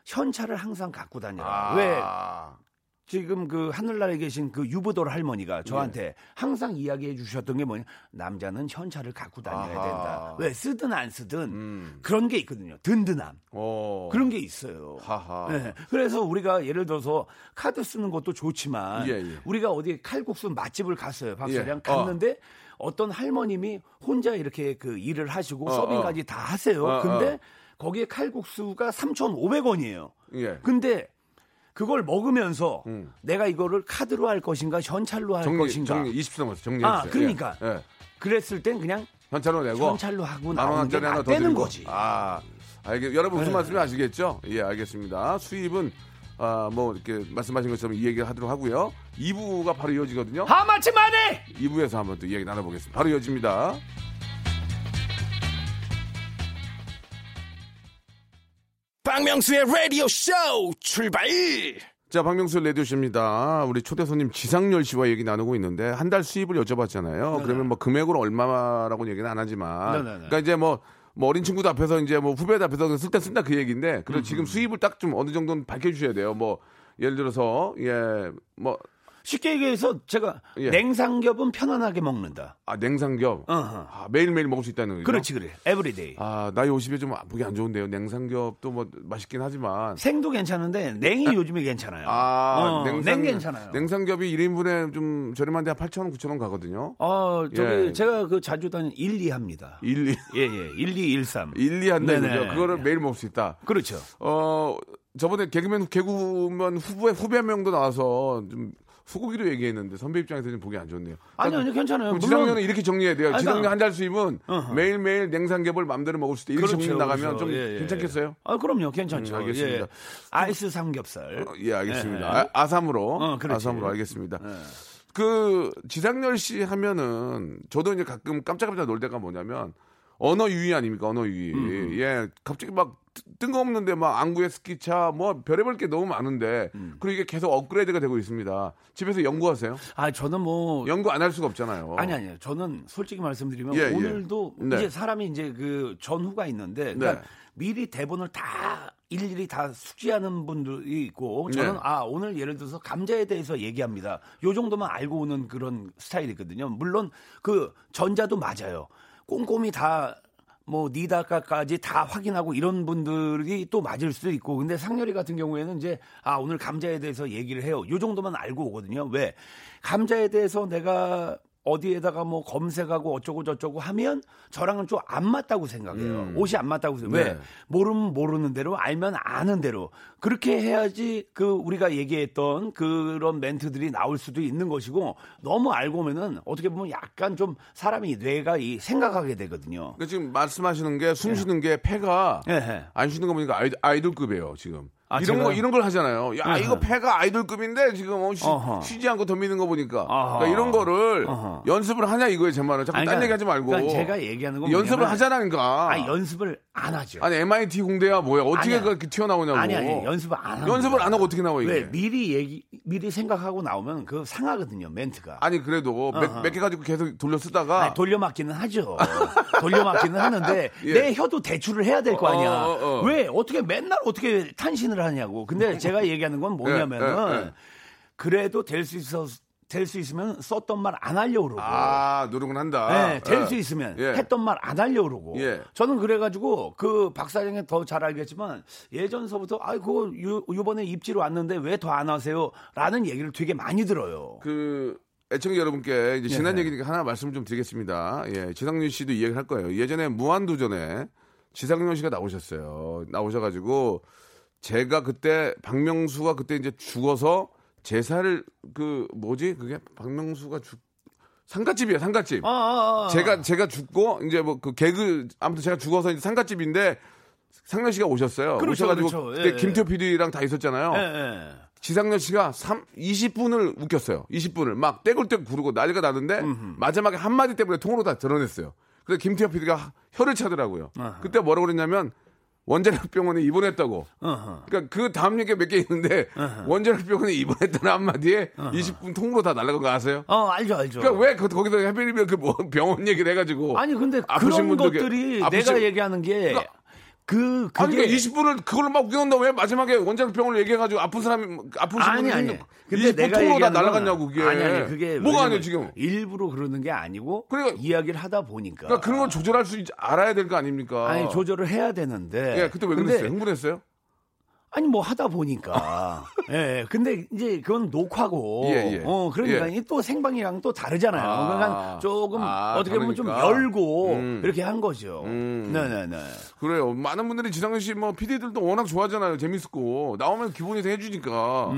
현찰을 항상 갖고 다녀라. 아. 왜 지금 그 하늘나라에 계신 그 유부돌 할머니가 저한테 예. 항상 이야기해 주셨던 게 뭐냐 남자는 현찰을 갖고 다녀야 아하. 음. 된다 왜 쓰든 안 쓰든 그런 게 있거든요 든든함 그런 게 있어요 어. 하하. 네. 그래서 우리가 예를 들어서 카드 쓰는 것도 좋지만 예, 예. 우리가 어디 칼국수 맛집을 갔어요 박사량 예. 갔는데 어. 떤 할머님이 혼자 이렇게 그 일을 하시고 어, 서빙까지 어. 다 하세요 어, 근데 어. 거기에 칼국수가 3,500원이에요 예. 음. 근데 그걸 먹으면서 내가 이거를 카드로 할 것인가 현찰로 할 정리, 것인가 정리 20분 남았어. 정리해 아 주세요. 그러니까 예, 예. 그랬을 땐 그냥 현찰로 내고 현찰로 하고 만 나오는 게 원짜리 하나 더 낫다는 들고. 거지. 네. 아, 알겠. 여러분 무슨 말씀인지 아시겠죠? 예, 알겠습니다. 수입은 아, 뭐 이렇게 말씀하신 것처럼 이 얘기를 하도록 하고요. 2부가 바로 이어지거든요. 하마치 마네 2부에서 한번 또 이야기 나눠보겠습니다. 바로 이어집니다. 박명수의 라디오 쇼 출발 자, 박명수 레디오쇼입니다. 우리 초대 손님 지상열 씨와 얘기 나누고 있는데 한 달 수입을 여쭤봤잖아요. 그러면 뭐 금액으로 얼마라고 얘기는 안 하지만, 네네네. 그러니까 이제 뭐, 뭐 어린 친구들 앞에서 이제 뭐 후배들 앞에서 쓸 땐 쓴다 그 얘기인데, 그럼 음. 지금 수입을 딱 좀 어느 정도는 밝혀주셔야 돼요. 뭐 예를 들어서 예, 뭐 쉽게 얘기해서 제가 예. 냉상겹은 편안하게 먹는다. 아, 냉삼겹 어허. 아, 매일매일 먹을 수 있다는 거죠. 그렇지 그래. 에브리데이. 아, 나이 50에 좀 보기 안 좋은데요. 냉삼겹도 뭐 맛있긴 하지만 생도 괜찮은데 냉이 요즘에 괜찮아요. 아, 어, 냉삼, 냉 괜찮아요. 냉삼겹이 1인분에 좀 저렴한데 한 8,000원, 9,000원 가거든요. 어, 저기 예. 제가 그 자주 다니는 1, 2 합니다. 1, 2. 예, 예. 1, 2, 1, 3. 1, 2 한다 네네. 이거죠. 그거를 매일 먹을 수 있다. 그렇죠. 어, 저번에 개그맨, 개그맨 후배, 후배 한 명도 나와서 좀 소고기로 얘기했는데 선배 입장에서 좀 보기 안 좋네요. 그러니까 아니, 아니, 괜찮아요. 그럼 물론- 지상년은 이렇게 정리해야 돼요. 아니, 지상년 그러니까- 한 달 수입은 매일매일 냉삼겹을 맘대로 먹을 수 있다. 이렇게 정리 나가면 좀 그렇죠, 예, 예. 괜찮겠어요? 아, 그럼요. 괜찮죠. 음, 알겠습니다. 예. 아이스 삼겹살. 예, 알겠습니다. 예, 예. 아, 삼으로 어, 그렇지. 예. 아삼으로 알겠습니다. 그 지상렬 씨 하면은 저도 이제 가끔 깜짝깜짝 놀 때가 뭐냐면 언어 유희 아닙니까 언어 유희. 음, 예, 갑자기 막 뜬- 뜬금없는데 막 안구에 스키차 뭐 별의별 게 너무 많은데 음. 그리고 이게 계속 업그레이드가 되고 있습니다. 집에서 연구하세요? 아, 저는 뭐 연구 안 할 수가 없잖아요. 아니 아니요. 저는 솔직히 말씀드리면 예, 예. 오늘도 네. 이제 사람이 이제 그 전후가 있는데 그러니까 미리 대본을 다 일일이 다 숙지하는 분들이 있고 저는 네. 아 오늘 예를 들어서 감자에 대해서 얘기합니다. 요 정도만 알고 오는 그런 스타일이거든요. 물론 그 전자도 맞아요. 꼼꼼히 다 뭐 니다까지 다 확인하고 이런 분들이 또 맞을 수도 있고 근데 상렬이 같은 경우에는 이제 아 오늘 감자에 대해서 얘기를 해요 요 정도만 알고 오거든요 왜 감자에 대해서 내가 어디에다가 뭐 검색하고 어쩌고 저쩌고 하면 저랑은 좀 안 맞다고 생각해요 음. 옷이 안 맞다고 생각해요 왜 네. 모르면 모르는 대로 알면 아는 대로 그렇게 해야지 그 우리가 얘기했던 그런 멘트들이 나올 수도 있는 것이고 너무 알고 보면은 어떻게 보면 약간 좀 사람이 뇌가 이 생각하게 되거든요. 그러니까 지금 말씀하시는 게 예. 숨 쉬는 게 폐가 안 쉬는 거 보니까 아이, 아이돌급이에요 지금. 아, 이런 거 제가요? 이런 걸 하잖아요. 야 네, 아하. 이거 폐가 아이돌급인데 지금 어, 쉬, 어허. 쉬지 않고 덤비는 거 보니까 그러니까 이런 거를 연습을 하냐 이거예요 제 말은 자꾸 아니, 딴 그러니까- 얘기하지 말고 그러니까 제가 얘기하는 건 연습을 뭐냐면- 하자라니까. 아니 연습을 안 하죠. 아니 MIT 공대야 뭐야 어떻게 아니야. 그렇게 튀어나오냐고. 아니 아니 연습을 안 하는 연습을 거야. 안 하고 어떻게 나와 이게? 왜 미리 얘기 미리 생각하고 나오면 그 상하거든요 멘트가. 아니 그래도 어허. 몇개 가지고 계속 돌려 쓰다가 아니, 돌려막기는 하죠. 돌려막기는 하는데 예. 내 혀도 대출을 해야 될 거 아니야. 어, 어, 어. 왜 어떻게 맨날 어떻게 탄신을 하냐고. 근데 제가 얘기하는 건 뭐냐면은 예, 예, 예. 그래도 될 수 있어 될수 있으면 썼던 말 안 하려고 그러고. 아 노력은 한다. 네, 될 수 예. 있으면 예. 했던 말 안 하려고 그러고 예. 저는 그래가지고 그 박사장이 더 잘 알겠지만 예전서부터 아 그거 요, 요번에 입지로 왔는데 왜 더 안 하세요 라는 얘기를 되게 많이 들어요 그 애청자 여러분께 이제 예. 지난 얘기니까 하나 말씀 좀 드리겠습니다. 예, 지상윤 씨도 이야기를 할 거예요. 예전에 무한도전에 지상윤 씨가 나오셨어요. 나오셔가지고 제가 그때 박명수가 그때 이제 죽어서 제사를 그 뭐지 그게 박명수가 죽 상가집이에요 상가집. 아, 아, 아. 제가 제가 죽고 이제 뭐 그 개그 아무튼 제가 죽어서 이제 상가집인데 상렬 씨가 오셨어요. 그렇죠, 오셔가지고 그렇죠. 그때 예, 예. 김태호 PD랑 다 있었잖아요. 지상렬 씨가 3, 20분을 웃겼어요. 20분을 막 떼굴떼굴 구르고 난리가 나는데 마지막에 한마디 때문에 통으로 다 드러냈어요. 그래서 김태호 PD가 혀를 차더라고요. 아하. 그때 뭐라고 그랬냐면 원자력병원에 입원했다고. 그러니까 그 다음 얘기가 몇 개 있는데 원자력병원에 입원했다는 한마디에 20분 통으로 다 날라간 거 아세요? 어 알죠 알죠. 그러니까 왜 그- 거기서 해필이면 그 뭐- 병원 얘기를 해가지고 아니 근데 아프신 그런 분들께- 것들이 아프신- 그러니까 내가 얘기하는 게 그, 그게 아니, 그러니까 20분을 그걸로 막 웃겨놓는다 왜 마지막에 원자력병원을 얘기해가지고 아픈 사람이 아픈 아니 아니. 근데 내가 통으로 다 얘기하는 날아갔냐고 건 그게 아니 아니 그게 뭐가 아니에요 왜냐면 지금 일부러 그러는 게 아니고 이야기를 하다 보니까 그러니까 그런 걸 조절할 수 있, 알아야 될 거 아닙니까? 아니 조절을 해야 되는데. 예, 그때 왜 근데 그랬어요? 흥분했어요? 아니 뭐 하다 보니까 예 예. 근데 이제 그건 녹화고 예, 예. 어 그러니까 예. 이또 생방이랑 또 다르잖아요 아. 그러니까 조금 아, 어떻게 보면 좀 다르니까. 열고 음. 이렇게 한 거죠 네네네 그래요. 많은 분들이 지상현 씨 뭐 PD들도 워낙 좋아하잖아요. 재밌고 나오면 기본이 다 해주니까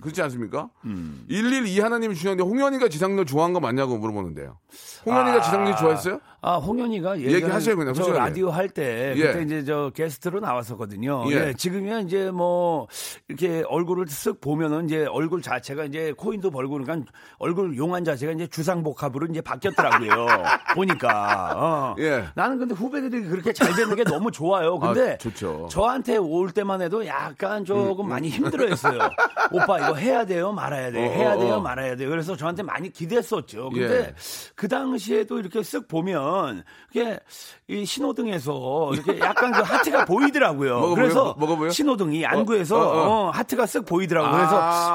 그렇지 않습니까? 음. 112 하나님 주셨는데 홍현이가 지상렬 좋아한 거 맞냐고 물어보는데요. 홍현이가 아. 지상렬 좋아했어요? 아 홍현이가 예전에 얘기하세요, 그냥 저 솔직하게. 라디오 할 때 예. 그때 이제 저 게스트로 나왔었거든요 예. 예, 지금이야 이제 뭐 이렇게 얼굴을 쓱 보면은 이제 얼굴 자체가 이제 코인도 벌고 그러니까 얼굴 용한 자체가 이제 주상복합으로 이제 바뀌었더라고요 보니까 어. 예. 나는 근데 후배들이 그렇게 잘 되는 게 너무 좋아요. 근데 아, 좋죠. 음. 저한테 올 때만 해도 약간 조금 많이 힘들어했어요. 오빠 이거 해야 돼요, 말아야 돼요, 어, 해야 어, 돼요, 어. 말아야 돼요. 그래서 저한테 많이 기대했었죠. 근데 예. 그 당시에도 이렇게 쓱 보면 이게 이 신호등에서 이렇게 약간 그 하트가 보이더라고요. 뭐가 그래서 보여? 뭐가 보여? 신호등이 어, 안구에서 어, 어. 어, 하트가 쓱 보이더라고요. 아.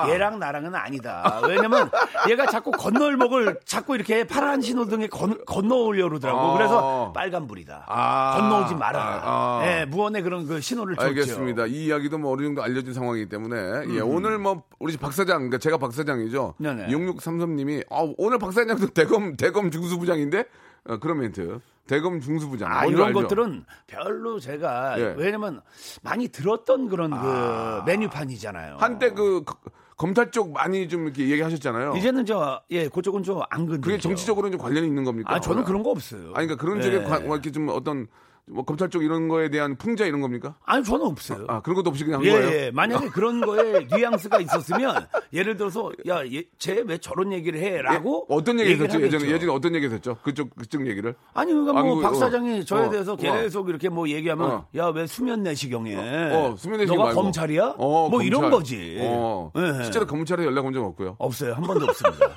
그래서 얘랑 나랑은 아니다. 왜냐면 얘가 자꾸 건널목을 자꾸 이렇게 파란 신호등에 건, 건너오려고 그러더라고요. 아. 그래서 빨간불이다. 아. 건너오지 아, 말아라. 아. 예, 무언의 그런 그 신호를 줬죠. 음. 알겠습니다. 이 이야기도 뭐 어느 정도 알려진 상황이기 때문에 예, 오늘 뭐 우리 박 사장, 그러니까 제가 박 사장이죠. 네네. 6633님이 아, 오늘 박 사장도 대검 대검 중수부장인데 어, 그런 멘트. 대검 중수부장. 아, 뭔지 이런 알죠? 것들은 별로 제가 예. 아. 왜냐면 많이 들었던 그런 그 메뉴판이잖아요. 한때 그 거- 검찰 쪽 많이 좀 이렇게 얘기하셨잖아요. 이제는 저 예, 그쪽은 좀 안 근데. 그게 정치적으로는 좀 관련이 있는 겁니까? 아, 저는 그런 거 없어요. 아니 그러니까 그런 쪽에 예. 관- 이렇게 좀 어떤 뭐 검찰 쪽 이런 거에 대한 풍자 이런 겁니까? 아니 저는 없어요. 아 그런 것도 없이 그냥 한 예, 거예요. 아. 예, 만약에 그런 거에 뉘앙스가 있었으면 예를 들어서 야, 쟤 왜 저런 얘기를 해라고 예, 어떤 얘기 얘기를 했었죠? 예전에 하겠죠. 예전에 어떤 얘기 했었죠? 그쪽 그쪽 얘기를. 아니 그러니까 뭐 아이고, 박 어. 사장이 저에 어, 대해서 어. 계속 이렇게 뭐 얘기하면 어. 야 왜 수면 내시경에 어, 수면 내시경 예. 너가 말고. 검찰이야? 어, 뭐 이런 검찰. 거지. 어. 예. 실제로 검찰에 연락 온 적 없고요. 없어요 한 번도 없습니다.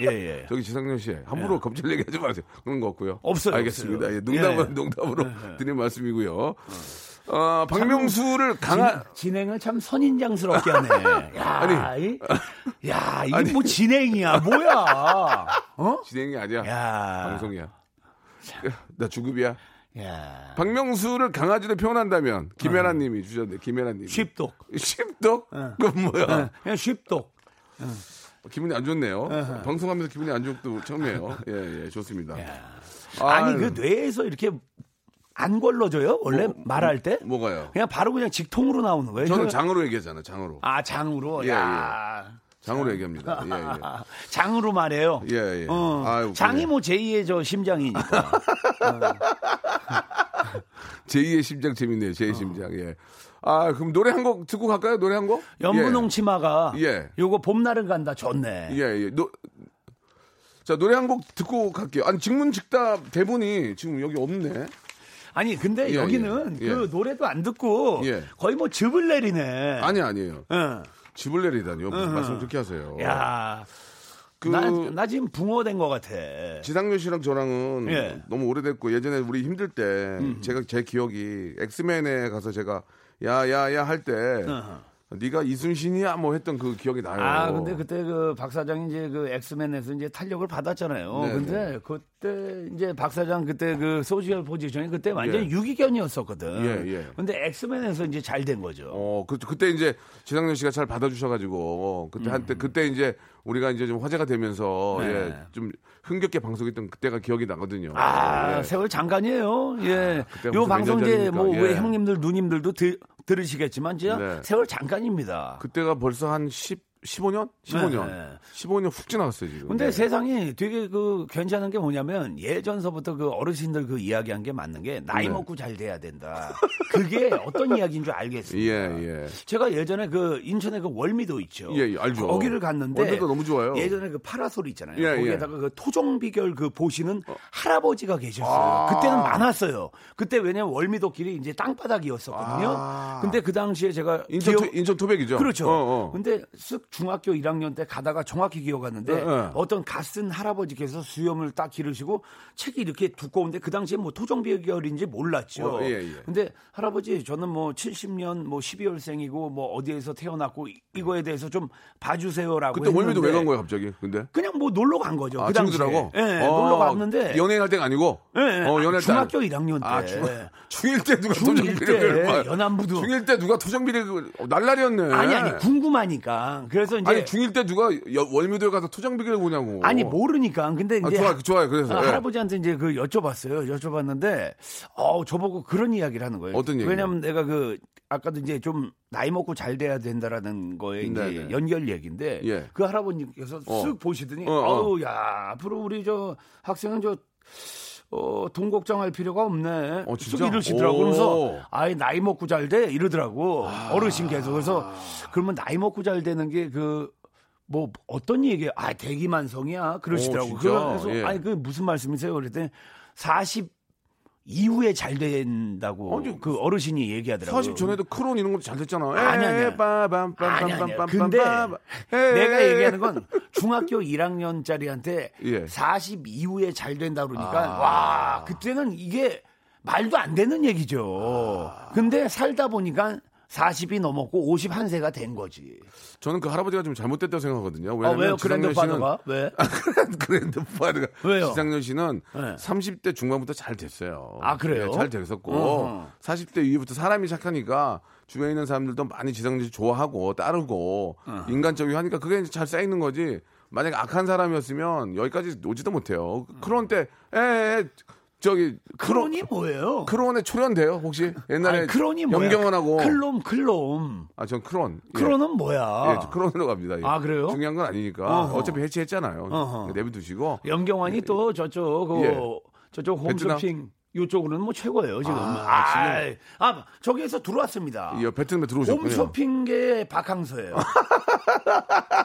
예 예. 저기 지상렬 씨 함부로 검찰 얘기하지 마세요. 그런 거 없고요. 없어요, 알겠습니다. 없어요. 예, 농담으로 예. 농담으로 드린 말씀이고요. 어, 박명수를 강한 진, 행을참 선인장스럽게 하네. 야, 아니. 이, 야 이게 뭐 진행이야 뭐야? 어? 진행이 아니야. 야. 방송이야. 나 주급이야. 야. 박명수를 강아지로 표현한다면 어. 김연아님이 주셨는데 김연아님. 쉽독. 쉽독? 어. 그건 뭐야? 그냥 쉽독. 어. 기분이 안 좋네요. 방송하면서 기분이 안 좋도 처음이에요. 예, 예, 좋습니다. 아니 아유. 그 뇌에서 이렇게 안 걸러져요? 원래 말할 때? 뭐, 뭐가요? 그냥 바로 그냥 직통으로 나오는 거예요? 저는 그- 장으로 얘기하잖아요. 장으로. 아 장으로 예, 야 장으로 얘기합니다. 예, 아, 장으로 말해요. 예. 예, 예. 어, 아유, 장이 그래. 뭐 제2의 저 심장이니까. 제2의 심장 재밌네요. 제2의 어. 심장. 예. 아, 그럼 노래 한 곡 듣고 갈까요? 노래 한 곡? 연분홍 치마가 예. 요거 봄날은 간다 좋네. 예, 예. 예. 노... 자, 노래 한 곡 듣고 갈게요. 아니, 직문직답 대본이 지금 여기 없네. 아니 근데 예, 여기는 예, 그 예. 노래도 안 듣고 예. 거의 뭐 즙을 내리네. 아니, 아니에요. 응. 집을 내리다니요. 무슨 말씀 그렇게 하세요. 야. 어. 그 나, 나 지금 붕어된 것 같아. 지상렬 씨랑 저랑은 예. 음. 너무 오래됐고 예전에 우리 힘들 때 제가 제 기억이 엑스맨에 가서 제가 야야야 할 때 네가 이순신이야 뭐 했던 그 기억이 나요. 아, 근데 그때 그 박 사장이 이제 그 엑스맨에서 이제 탄력을 받았잖아요. 네, 근데 그때 이제 박 사장 그때 그 소셜 포지션이 그때 완전 예. 히 유기견이었었거든. 예, 예. 근데 엑스맨에서 이제 잘 된 거죠. 어, 그, 그때 이제 지상렬 씨가 잘 받아주셔가지고 어, 그때 한때 그때 이제 우리가 이제 좀 화제가 되면서 음. 네. 예, 좀 흥겹게 방송했던 그때가 기억이 나거든요. 아, 예. 아, 세월 장관이에요. 예. 그때가 요 무슨 방송 몇년 이제 뭐 전입니까? 왜 예. 형님들 누님들도 들, 들으시겠지만 진짜 네. 세월 장관입니다. 그때가 벌써 한 10, 15년? 15년. 네. 15년 훅 지나갔어요, 지금. 근데 네. 세상이 되게 그 괜찮은 게 뭐냐면 예전서부터 그 어르신들 그 이야기한 게 맞는 게 나이 네. 먹고 잘 돼야 된다. 그게 어떤 이야기인 줄 알겠습니다. 예, 예. 제가 예전에 그 인천에 그 월미도 있죠. 예, 예, 알죠. 거기를 갔는데 월미도 너무 좋아요. 예전에 그 파라솔 있잖아요. 예, 어. 거기에다가 그 토종 비결 그 보시는 할아버지가 계셨어요. 그때는 많았어요. 그때 왜냐면 월미도 길이 이제 땅바닥이었었거든요. 근데 그 당시에 제가 아. 인천, 기억- 토, 인천 토백이죠? 그렇죠. 어, 어. 근데 쓱 중학교 1학년 때 가다가 정확히 기억하는데 예, 예. 어떤 갓쓴 할아버지께서 수염을 딱 기르시고 책이 이렇게 두꺼운데 그 당시에 뭐 토종비결인지 몰랐죠. 어, 예, 예. 근데 할아버지 저는 뭐 70년 뭐 12월생이고 뭐 어디에서 태어났고 이- 이거에 대해서 좀 봐주세요라고. 그때 월미도 했는데 왜 간 거예요, 갑자기? 근데? 그냥 뭐 놀러 간 거죠. 아, 그 당시에. 친구들하고? 예, 예, 어, 놀러 갔는데. 연예인 할 때가 아니고? 예, 예. 어, 아니, 연예인 중학교 1학년 때. 아, 중, 중1 때 누가 중1 토정비리를 때 연안부도. 중1 때 누가 토정비리를 어, 날라리였네. 아니 아니 궁금하니까. 그래서 이제 예. 아니 중1 때 누가 여- 월미도에 가서 토정비리를 보냐고. 아니 모르니까 근데 어. 아, 이제 좋아요, 좋아요. 그래서 아, 예. 할아버지한테 이제 그 여쭤봤어요. 여쭤봤는데 어 저보고 그런 이야기를 하는 거예요. 어떤 얘기요? 왜냐면 내가 그 아까도 이제 좀 나이 먹고 잘 돼야 된다라는 거에 이제 네네. 연결 얘기인데 예. 그 할아버님께서 쓱 어. 보시더니 어, 어. 어우 야 앞으로 우리 저 학생은 저 어, 돈 걱정할 필요가 없네. 어, 진짜? 쭉 오. 이러시더라고. 아. 그러면서, 아이, 나이 먹고 잘 돼? 이러더라고. 어르신 계속. 그래서, 그러면 나이 먹고 잘 되는 게 그, 뭐, 어떤 얘기예요? 아, 대기만성이야. 그러시더라고. 오, 진짜? 그래서, 예. 아니, 그 무슨 말씀이세요? 그랬더니, 40 이후에 잘 된다고 아니, 그 어르신이 얘기하더라고요. 사실 전에도 크론 이런 것도 잘 됐잖아. 예, 아니, 아니, 아니. 아니, 아니. 근데 내가 얘기하는 건 중학교 1학년짜리한테 예. 아. 40 이후에 잘 된다 그러니까 와 그때는 이게 말도 안 되는 얘기죠. 아. 근데 살다 보니까 40이 넘었고 51세가 된 거지. 저는 그 할아버지가 좀 잘못됐다고 생각하거든요. 아, 왜요? 왜냐면 그랜드 지상렬 씨는 파더가? 왜? 그랜드 파드가 왜요? 지상렬 씨는 네. 30대 중반부터 잘 됐어요. 아, 그래요? 예, 잘 됐었고 어허. 40대 이후부터 사람이 착하니까 주변에 있는 사람들도 많이 지상렬 씨 좋아하고 따르고 어. 인간적이고 하니까 그게 이제 잘 쌓이는 거지. 만약에 악한 사람이었으면 여기까지 오지도 어. 못해요. 크론 때 에, 에, 에, 저기 크론 크론이 뭐예요? 크론에 출연돼요 혹시 옛날에 아니, 크론이 뭐야? 염경원하고 클롬 클롬. 아 전 크론 예. 크론은 예, 뭐야? 저 크론으로 갑니다. 예. 아, 그래요? 중요한 건 아니니까 어허. 어차피 해체했잖아요. 어허. 내비두시고 영경환이 또 저쪽 그 예. 저쪽 베트남? 홈쇼핑 요쪽으로는 뭐 최고예요 지금. 아, 지금. 아, 아, 저기에서 들어왔습니다. 이 베트남에 예, 들어오셨군요. 아. 홈쇼핑계의 박항서예요.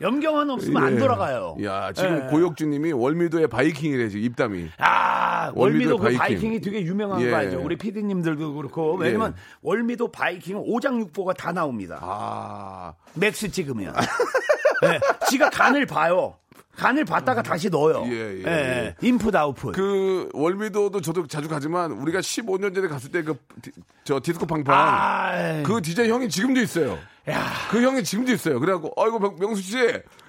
염경환 없으면 안 예. 돌아가요. 야 지금 예. 고혁주님이 월미도의 바이킹이래 지금 입담이. 아 월미도 월미도 그 바이킹. 바이킹. 이 되게 유명한 예. 거 알죠? 우리 피디님들도 그렇고 왜냐면 예. 월미도 바이킹 오장육보가 다 나옵니다. 아 맥스 찍으면. 예, 지가 간을 봐요. 간을 봤다가 다시 넣어요. 예, 예, 인풋 아웃풋. 그 월미도도 저도 자주 가지만 우리가 15년 전에 갔을 때 그 저 디스코 팡팡 아, 그 디제이 형이 지금도 있어요. 그 형이 지금도 있어요. 그래갖고 아이고 명- 명수 씨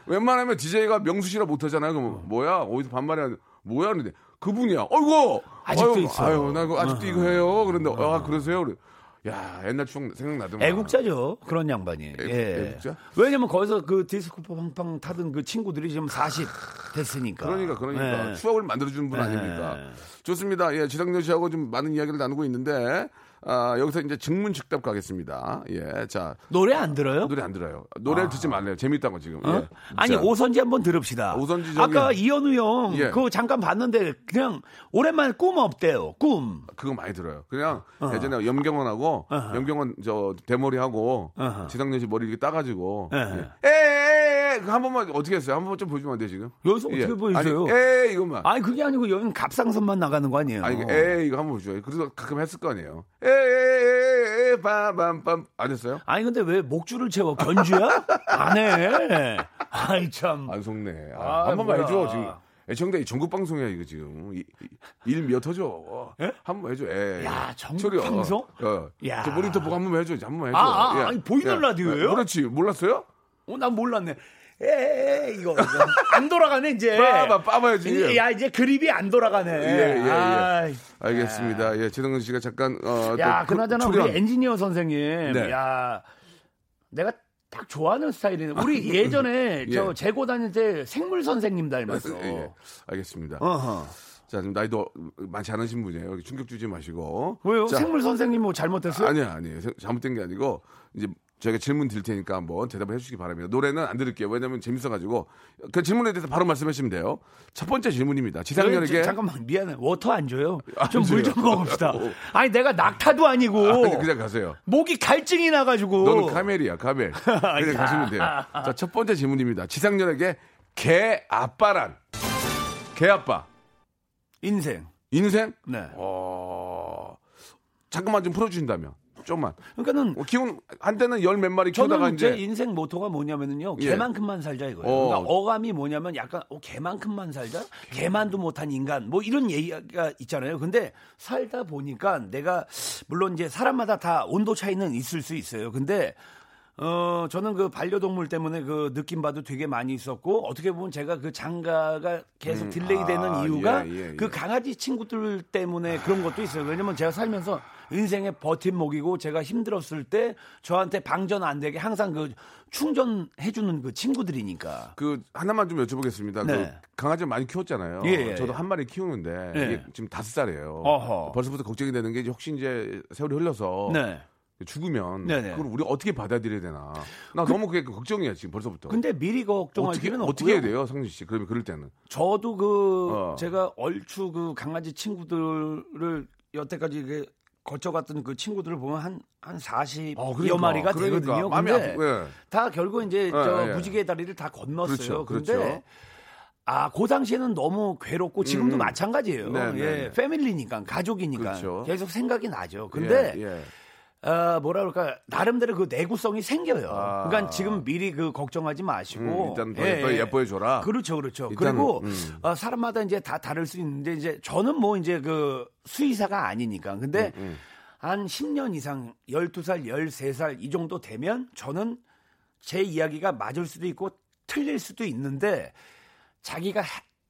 웬만하면 디제이가 명수 씨라 못하잖아요. 음. 그럼 뭐야 어디서 반말해 뭐야 그러는데 그분이야. 아이고 아직도 아유, 있어요. 아유 나 이거 아직도 이거 해요. 그런데 아 그러세요. 그래. 야 옛날 추억 생각나더만. 예. 애국자죠 그런 양반이. 예. 애국자? 왜냐면 거기서 그 디스코 팡팡 타던 그 친구들이 지금 40 됐으니까. 그러니까 그러니까 예. 추억을 만들어주는 분 아닙니까? 좋습니다. 예, 지상렬 씨하고 좀 많은 이야기를 나누고 있는데 아, 여기서 이제 증문즉답 가겠습니다. 예, 자 노래 안 들어요? 노래 안 들어요. 노래를 듣지 말래요. 재밌다고 지금. 아. 어? 예. 아니 자, 오선지 한번 들읍시다. 오선지 저기- 아까 이현우 형 예. 그거 잠깐 봤는데 그냥 오랜만에 꿈 없대요. 꿈. 그거 많이 들어요. 그냥 예전에 염경원하고 염경원 저 대머리 하고 어. 어허. 지상렬 씨 머리 이렇게 따가지고 예. 에에에 한 번만 어떻게 했어요? 한 번만 좀 보여주면 안 돼요 지금? 여기서 어떻게 보여주세요? 아니, 에 이것만. 아니 어. 그게 아니고 여기는 갑상선만 나가는 거 아니에요. 아니, 에 이거 한번 보여줘요. 그래서 가끔 했을 거 아니에요. 에에에에 빰빰빰 안 했어요? 아니, 근데 왜 목줄을 채워 견주야? 안 해. 아이 참. 안 속네. 아, 아, 한 번만 뭐야. 해줘 지금. 애청자이 전국 방송이야 이거 지금 이- 이- 일몇 터져. 한 번 해줘. 에. 예? 야, 전국 소리요. 방송? 어. 야. 저 모니터 보고 한 번만 해줘. 한 번만 해줘. 아, 아, 아니, 보이는 라디오예요? 그렇지. 몰랐어요? 어, 난 몰랐네. 에 이거 이거. 안 돌아가네 이제. 빠봐, 빠봐야지. 이제, 예. 야 이제 그립이 안 돌아가네. 예, 예, 예. 아이. 알겠습니다. 예, 지동근 씨가 잠깐 어, 야, 또 그나저나 출연. 우리 엔지니어 선생님. 네. 야, 내가 딱 좋아하는 스타일이네. 우리 예전에 예. 저 재고 다닐 때 생물 선생님 닮았어. 예, 예. 알겠습니다. 어허. 자, 지금 나이도 많지 않으신 분이에요. 여기 충격 주지 마시고. 왜요? 자, 아, 생물 선생님 뭐 잘못했어요? 아니야, 아니에요. 세- 잘못된 게 아니고 이제 저희가 질문 드릴 테니까 한번 대답을 해주시기 바랍니다. 노래는 안 들을게요. 왜냐면 재밌어가지고 그 질문에 대해서 바로 말씀하시면 돼요. 첫 번째 질문입니다. 지상렬에게 아, 저, 잠깐만 미안해 워터 안 줘요. 안 좀 물 좀 줘요. 어. 먹읍시다. 아니 내가 낙타도 아니고 아니, 그냥 가세요. 목이 갈증이 나가지고. 너는 카멜이야 카멜. 그냥 가시면 돼요. 자첫 번째 질문입니다. 지상렬에게 개 아빠란 개 아빠 인생 인생? 네. 어... 잠깐만 좀 풀어주신다면 조금만. 그러니까는 어, 기운 한때는 열 몇 마리 키우다가 저는 제 이제 인생 모토가 뭐냐면요 예. 개만큼만 살자 이거예요. 어. 그러니까 어감이 뭐냐면 약간 어, 개만큼만 살자, 개만도 못한 인간 뭐 이런 얘기가 있잖아요. 근데 살다 보니까 내가 물론 이제 사람마다 다 온도 차이는 있을 수 있어요. 근데 어 저는 그 반려동물 때문에 그 느낌 봐도 되게 많이 있었고 어떻게 보면 제가 그 장가가 계속 음, 딜레이 되는 아, 이유가 예, 예, 그 예. 강아지 친구들 때문에 그런 것도 있어요. 왜냐면 제가 살면서 인생의 버팀목이고 제가 힘들었을 때 저한테 방전 안 되게 항상 그 충전해주는 그 친구들이니까. 그 하나만 좀 여쭤보겠습니다. 네. 그 강아지 많이 키웠잖아요. 예, 예, 저도 예. 한 마리 키우는데 예. 이게 지금 다섯 살이에요. 어허. 벌써부터 걱정이 되는 게 이제 혹시 이제 세월이 흘러서 네. 죽으면 네, 네. 그걸 우리가 어떻게 받아들여야 되나. 나 너무 그게 걱정이야 지금 벌써부터. 근데 미리 걱정할 어떻게 필요는 어떻게 해야 없고요. 돼요, 성진 씨? 그러면 그럴 때는 저도 그 어. 제가 얼추 그 강아지 친구들을 여태까지 이게 거쳐갔던 그 친구들을 보면 한한 40여 어, 그러니까, 마리가 그러니까. 되거든요. 마음이 근데 아프- 예. 다 결국 이제 저 예, 예. 무지개의 다리를 다 그렇죠, 건넜어요. 그 그렇죠. 근데 아, 그 당시에는 너무 괴롭고 지금도 마찬가지예요. 네, 네, 예, 네. 패밀리니까 가족이니까 그렇죠. 계속 생각이 나죠. 근데 예, 예. 아, 뭐라 그럴까 나름대로 그 내구성이 생겨요. 아. 그러니까 지금 미리 그 걱정하지 마시고 음, 일단 더 예뻐- 예뻐해 줘라. 어, 그렇죠, 아. 그렇죠. 일단은, 그리고 음. 어, 사람마다 이제 다 다를 수 있는데 이제 저는 뭐 이제 그 수의사가 아니니까 근데 음, 한 10년 이상 12살, 13살 이 정도 되면 저는 제 이야기가 맞을 수도 있고 틀릴 수도 있는데 자기가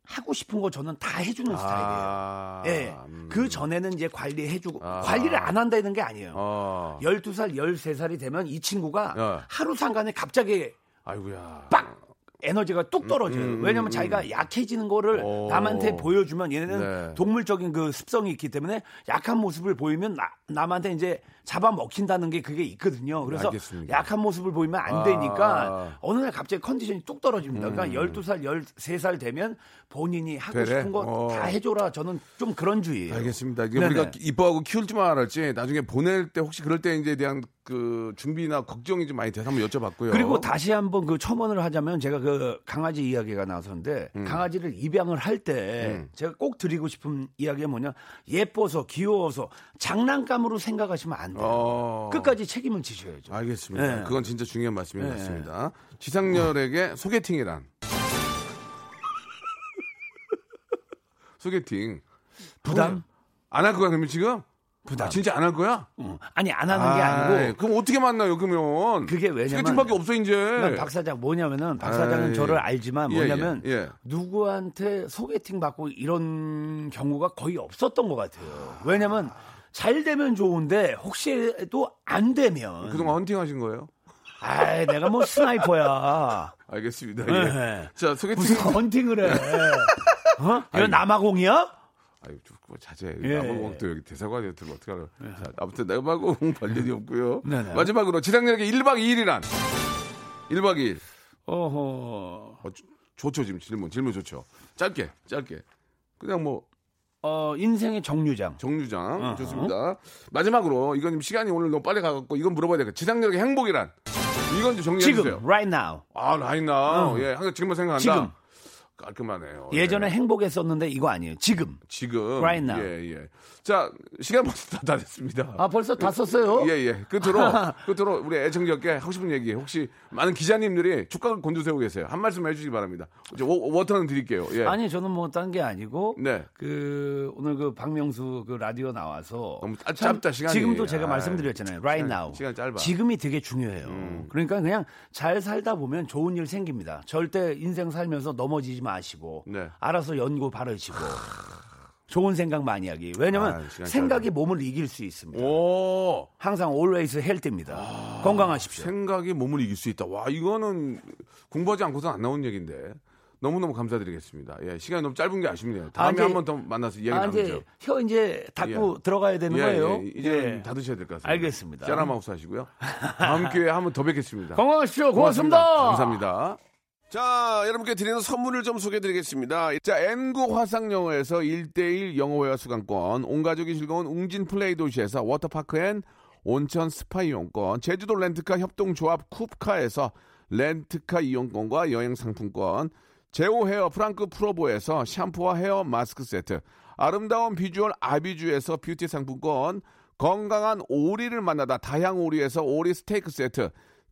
하, 고 싶은 거 저는 다 해주는 아, 스타일이에요. 예. 음. 그 전에는 이제 관리해주고 아. 관리를 안 한다는 게 아니에요. 어. 12살, 13살이 되면 이 친구가 어. 하루 상간에 갑자기 아이고야. 빡! 에너지가 뚝 떨어져요. 음, 왜냐면 음. 자기가 약해지는 거를 오. 남한테 보여주면 얘네는 네. 동물적인 그 습성이 있기 때문에 약한 모습을 보이면 나- 남한테 이제 잡아먹힌다는 게 그게 있거든요. 그래서 네, 알겠습니다. 약한 모습을 보이면 아. 음. 안 되니까 어느 날 갑자기 컨디션이 뚝 떨어집니다. 그러니까 12살, 13살 되면 본인이 하고 되래? 싶은 거 어. 다 해줘라. 저는 좀 그런 주의예요. 알겠습니다. 이게 네네. 우리가 이뻐하고 키울 줄만 알았지 나중에 보낼 때 혹시 그럴 때 이제 대한 그 준비나 걱정이 좀 많이 돼서 한번 여쭤봤고요. 그리고 다시 한번 그 첨언을 하자면 제가 그 강아지 이야기가 나왔었는데 음. 강아지를 입양을 할 때 제가 꼭 드리고 싶은 이야기가 뭐냐 예뻐서 귀여워서 장난감으로 생각하시면 안 돼요. 어. 끝까지 책임을 지셔야죠. 알겠습니다. 네. 그건 진짜 중요한 말씀인 것 네. 같습니다. 지상렬에게 소개팅이란 소개팅 어, 부담? 안 할 거야 그러면 지금 부담 진짜 안 할 거야? 응. 음. 아니 안 하는 게 아이, 예, 아니고 그럼 어떻게 만나요 그러면? 그게 왜냐면- 소개팅밖에 없어 이제. 그러니까 박 사장 뭐냐면은 박 사장은 아, 예. 저를 알지만 예, 뭐냐면 예, 예. 누구한테 소개팅 받고 이런 경우가 거의 없었던 것 같아요. 왜냐면 잘 되면 좋은데 혹시라도 안 되면 그동안 헌팅하신 거예요? 아이, 내가 뭐 스나이퍼야. 알겠습니다. 예. 네. 자 소개팅 무슨 헌팅을 해. 어? 이거 남아공이야? 아유, 좀 그거 자제해. 예. 남아공 또 여기 대사관에 들면 어떡하나. 자, 아무튼 남아공 관련이 없고요. 네네. 마지막으로 지상렬에게 1박 2일이란. 1박 2일. 어허. 어, 좋- 좋죠, 지금 질문. 질문 좋죠. 짧게, 짧게. 그냥 뭐 어, 인생의 정류장. 정류장. 어허. 좋습니다. 마지막으로 이건 지금 시간이 오늘 너무 빨리 가갖고 이건 물어봐야 되겠다. 지상렬에게 행복이란. 이건 좀 정리해 지금, 주세요. right now. 아, 라인나. 예, 항상 지금만 생각한다. 지금. 깔끔하네요. 어, 예전에 예. 행복했었는데 이거 아니에요. 지금. 지금 Right now. 예, 예. 자, 시간 벌써 다, 다 됐습니다. 아, 벌써 다 썼어요? 예, 예. 끝으로, 끝으로 우리 애청자께 하고 싶은 얘기, 혹시 많은 기자님들이 촉각을 곤두세우고 계세요. 한 말씀 해주시기 바랍니다. 이제 워, 워터는 드릴게요. 예. 아니, 저는 뭐 딴 게 아니고. 네. 그 오늘 그 박명수 그 라디오 나와서 너무 짧- 참 짧다, 시간이. 지금도 제가 아이, 말씀드렸잖아요. right 시간- now. 시간 짧아. 음. 지금이 되게 중요해요. 그러니까 그냥 잘 살다 보면 좋은 일 생깁니다. 절대 인생 살면서 넘어지지 마시고 네. 알아서 연고 바르시고 좋은 생각 많이 하기. 왜냐면 아이, 시간 생각이 몸을 이길 수 있습니다. 오, 항상 always healthy입니다. 아, 건강하십시오. 생각이 몸을 이길 수 있다. 와, 이거는 공부하지 않고서 안 나온 얘기인데. 너무너무 감사드리겠습니다. 예, 시간이 너무 짧은 게 아쉽네요. 다음에 이제- 한번 더 만나서 이야기 아, 나누죠. 이제 혀 이제 닫고 예. 들어가야 되는 예, 거예요. 예, 이제 다 드셔야 될 것 같습니다. 알겠습니다. 짜라마우스 하시고요. 다음 기회에 한번 더 뵙겠습니다. 건강하십시오. 고맙습니다. 감사합니다. 자, 여러분께 드리는 선물을 좀 소개해 드리겠습니다. 자, N구 화상영어에서 1대1 영어회화 수강권, 온가족이 즐거운 웅진 플레이 도시에서 워터파크 앤 온천 스파 이용권, 제주도 렌트카 협동조합 쿱카에서 렌트카 이용권과 여행 상품권, 제오 헤어 프랑크 프로보에서 샴푸와 헤어 마스크 세트, 아름다운 비주얼 아비주에서 뷰티 상품권, 건강한 오리를 만나다 다향오리에서 오리 스테이크 세트,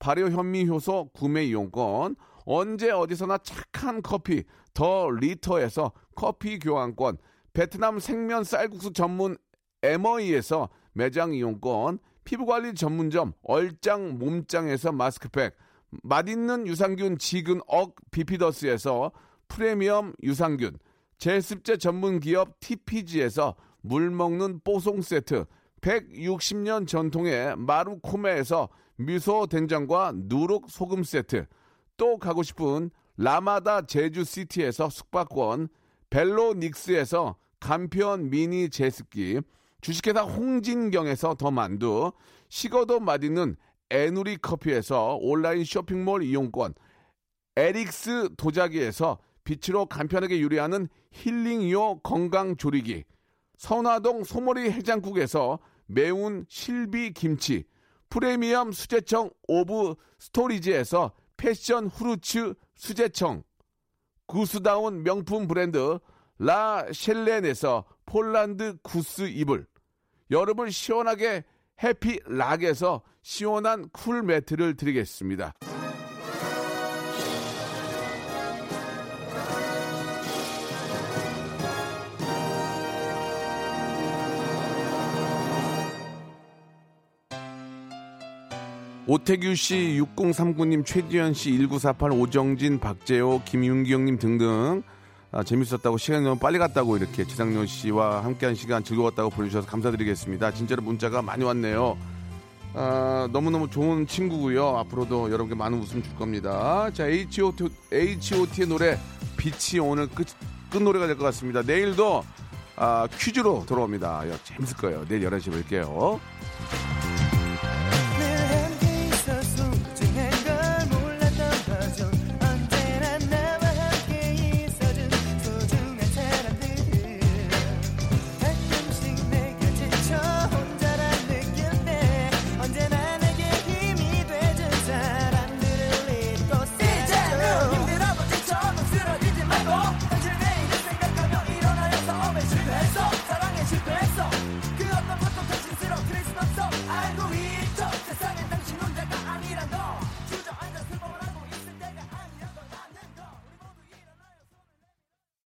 발효 현미 효소 구매 이용권, 언제 어디서나 착한 커피 더 리터에서 커피 교환권, 베트남 생면 쌀국수 전문 에머이에서 매장 이용권, 피부관리 전문점 얼짱 몸짱에서 마스크팩, 맛있는 유산균 지근 억 비피더스에서 프리미엄 유산균, 제습제 전문 기업 TPG에서 물 먹는 뽀송 세트, 160년 전통의 마루코메에서 미소 된장과 누룩 소금 세트, 또 가고 싶은 라마다 제주시티에서 숙박권, 벨로닉스에서 간편 미니 제습기, 주식회사 홍진경에서 더 만두, 식어도 맛있는 에누리 커피에서 온라인 쇼핑몰 이용권, 에릭스 도자기에서 빛으로 간편하게 요리하는 힐링요 건강조리기, 선화동 소머리 해장국에서 매운 실비 김치, 프리미엄 수제청 오브 스토리지에서 패션 후르츠 수제청, 구스다운 명품 브랜드 라 셸렌에서 폴란드 구스 이불, 여름을 시원하게 해피락에서 시원한 쿨 매트를 드리겠습니다. 오태규 씨, 6039님, 최지현 씨, 1948, 오정진, 박재호, 김윤경님 등등 아, 재밌었다고 시간이 너무 빨리 갔다고 이렇게 지상렬 씨와 함께한 시간 즐거웠다고 보내주셔서 감사드리겠습니다. 진짜로 문자가 많이 왔네요. 아, 너무너무 좋은 친구고요. 앞으로도 여러분께 많은 웃음 줄 겁니다. 자, H.O.T. H.O.T의 노래 빛이 오늘 끝, 끝 노래가 될 것 같습니다. 내일도 아, 퀴즈로 돌아옵니다. 야, 재밌을 거예요. 내일 11시에 뵐게요. 그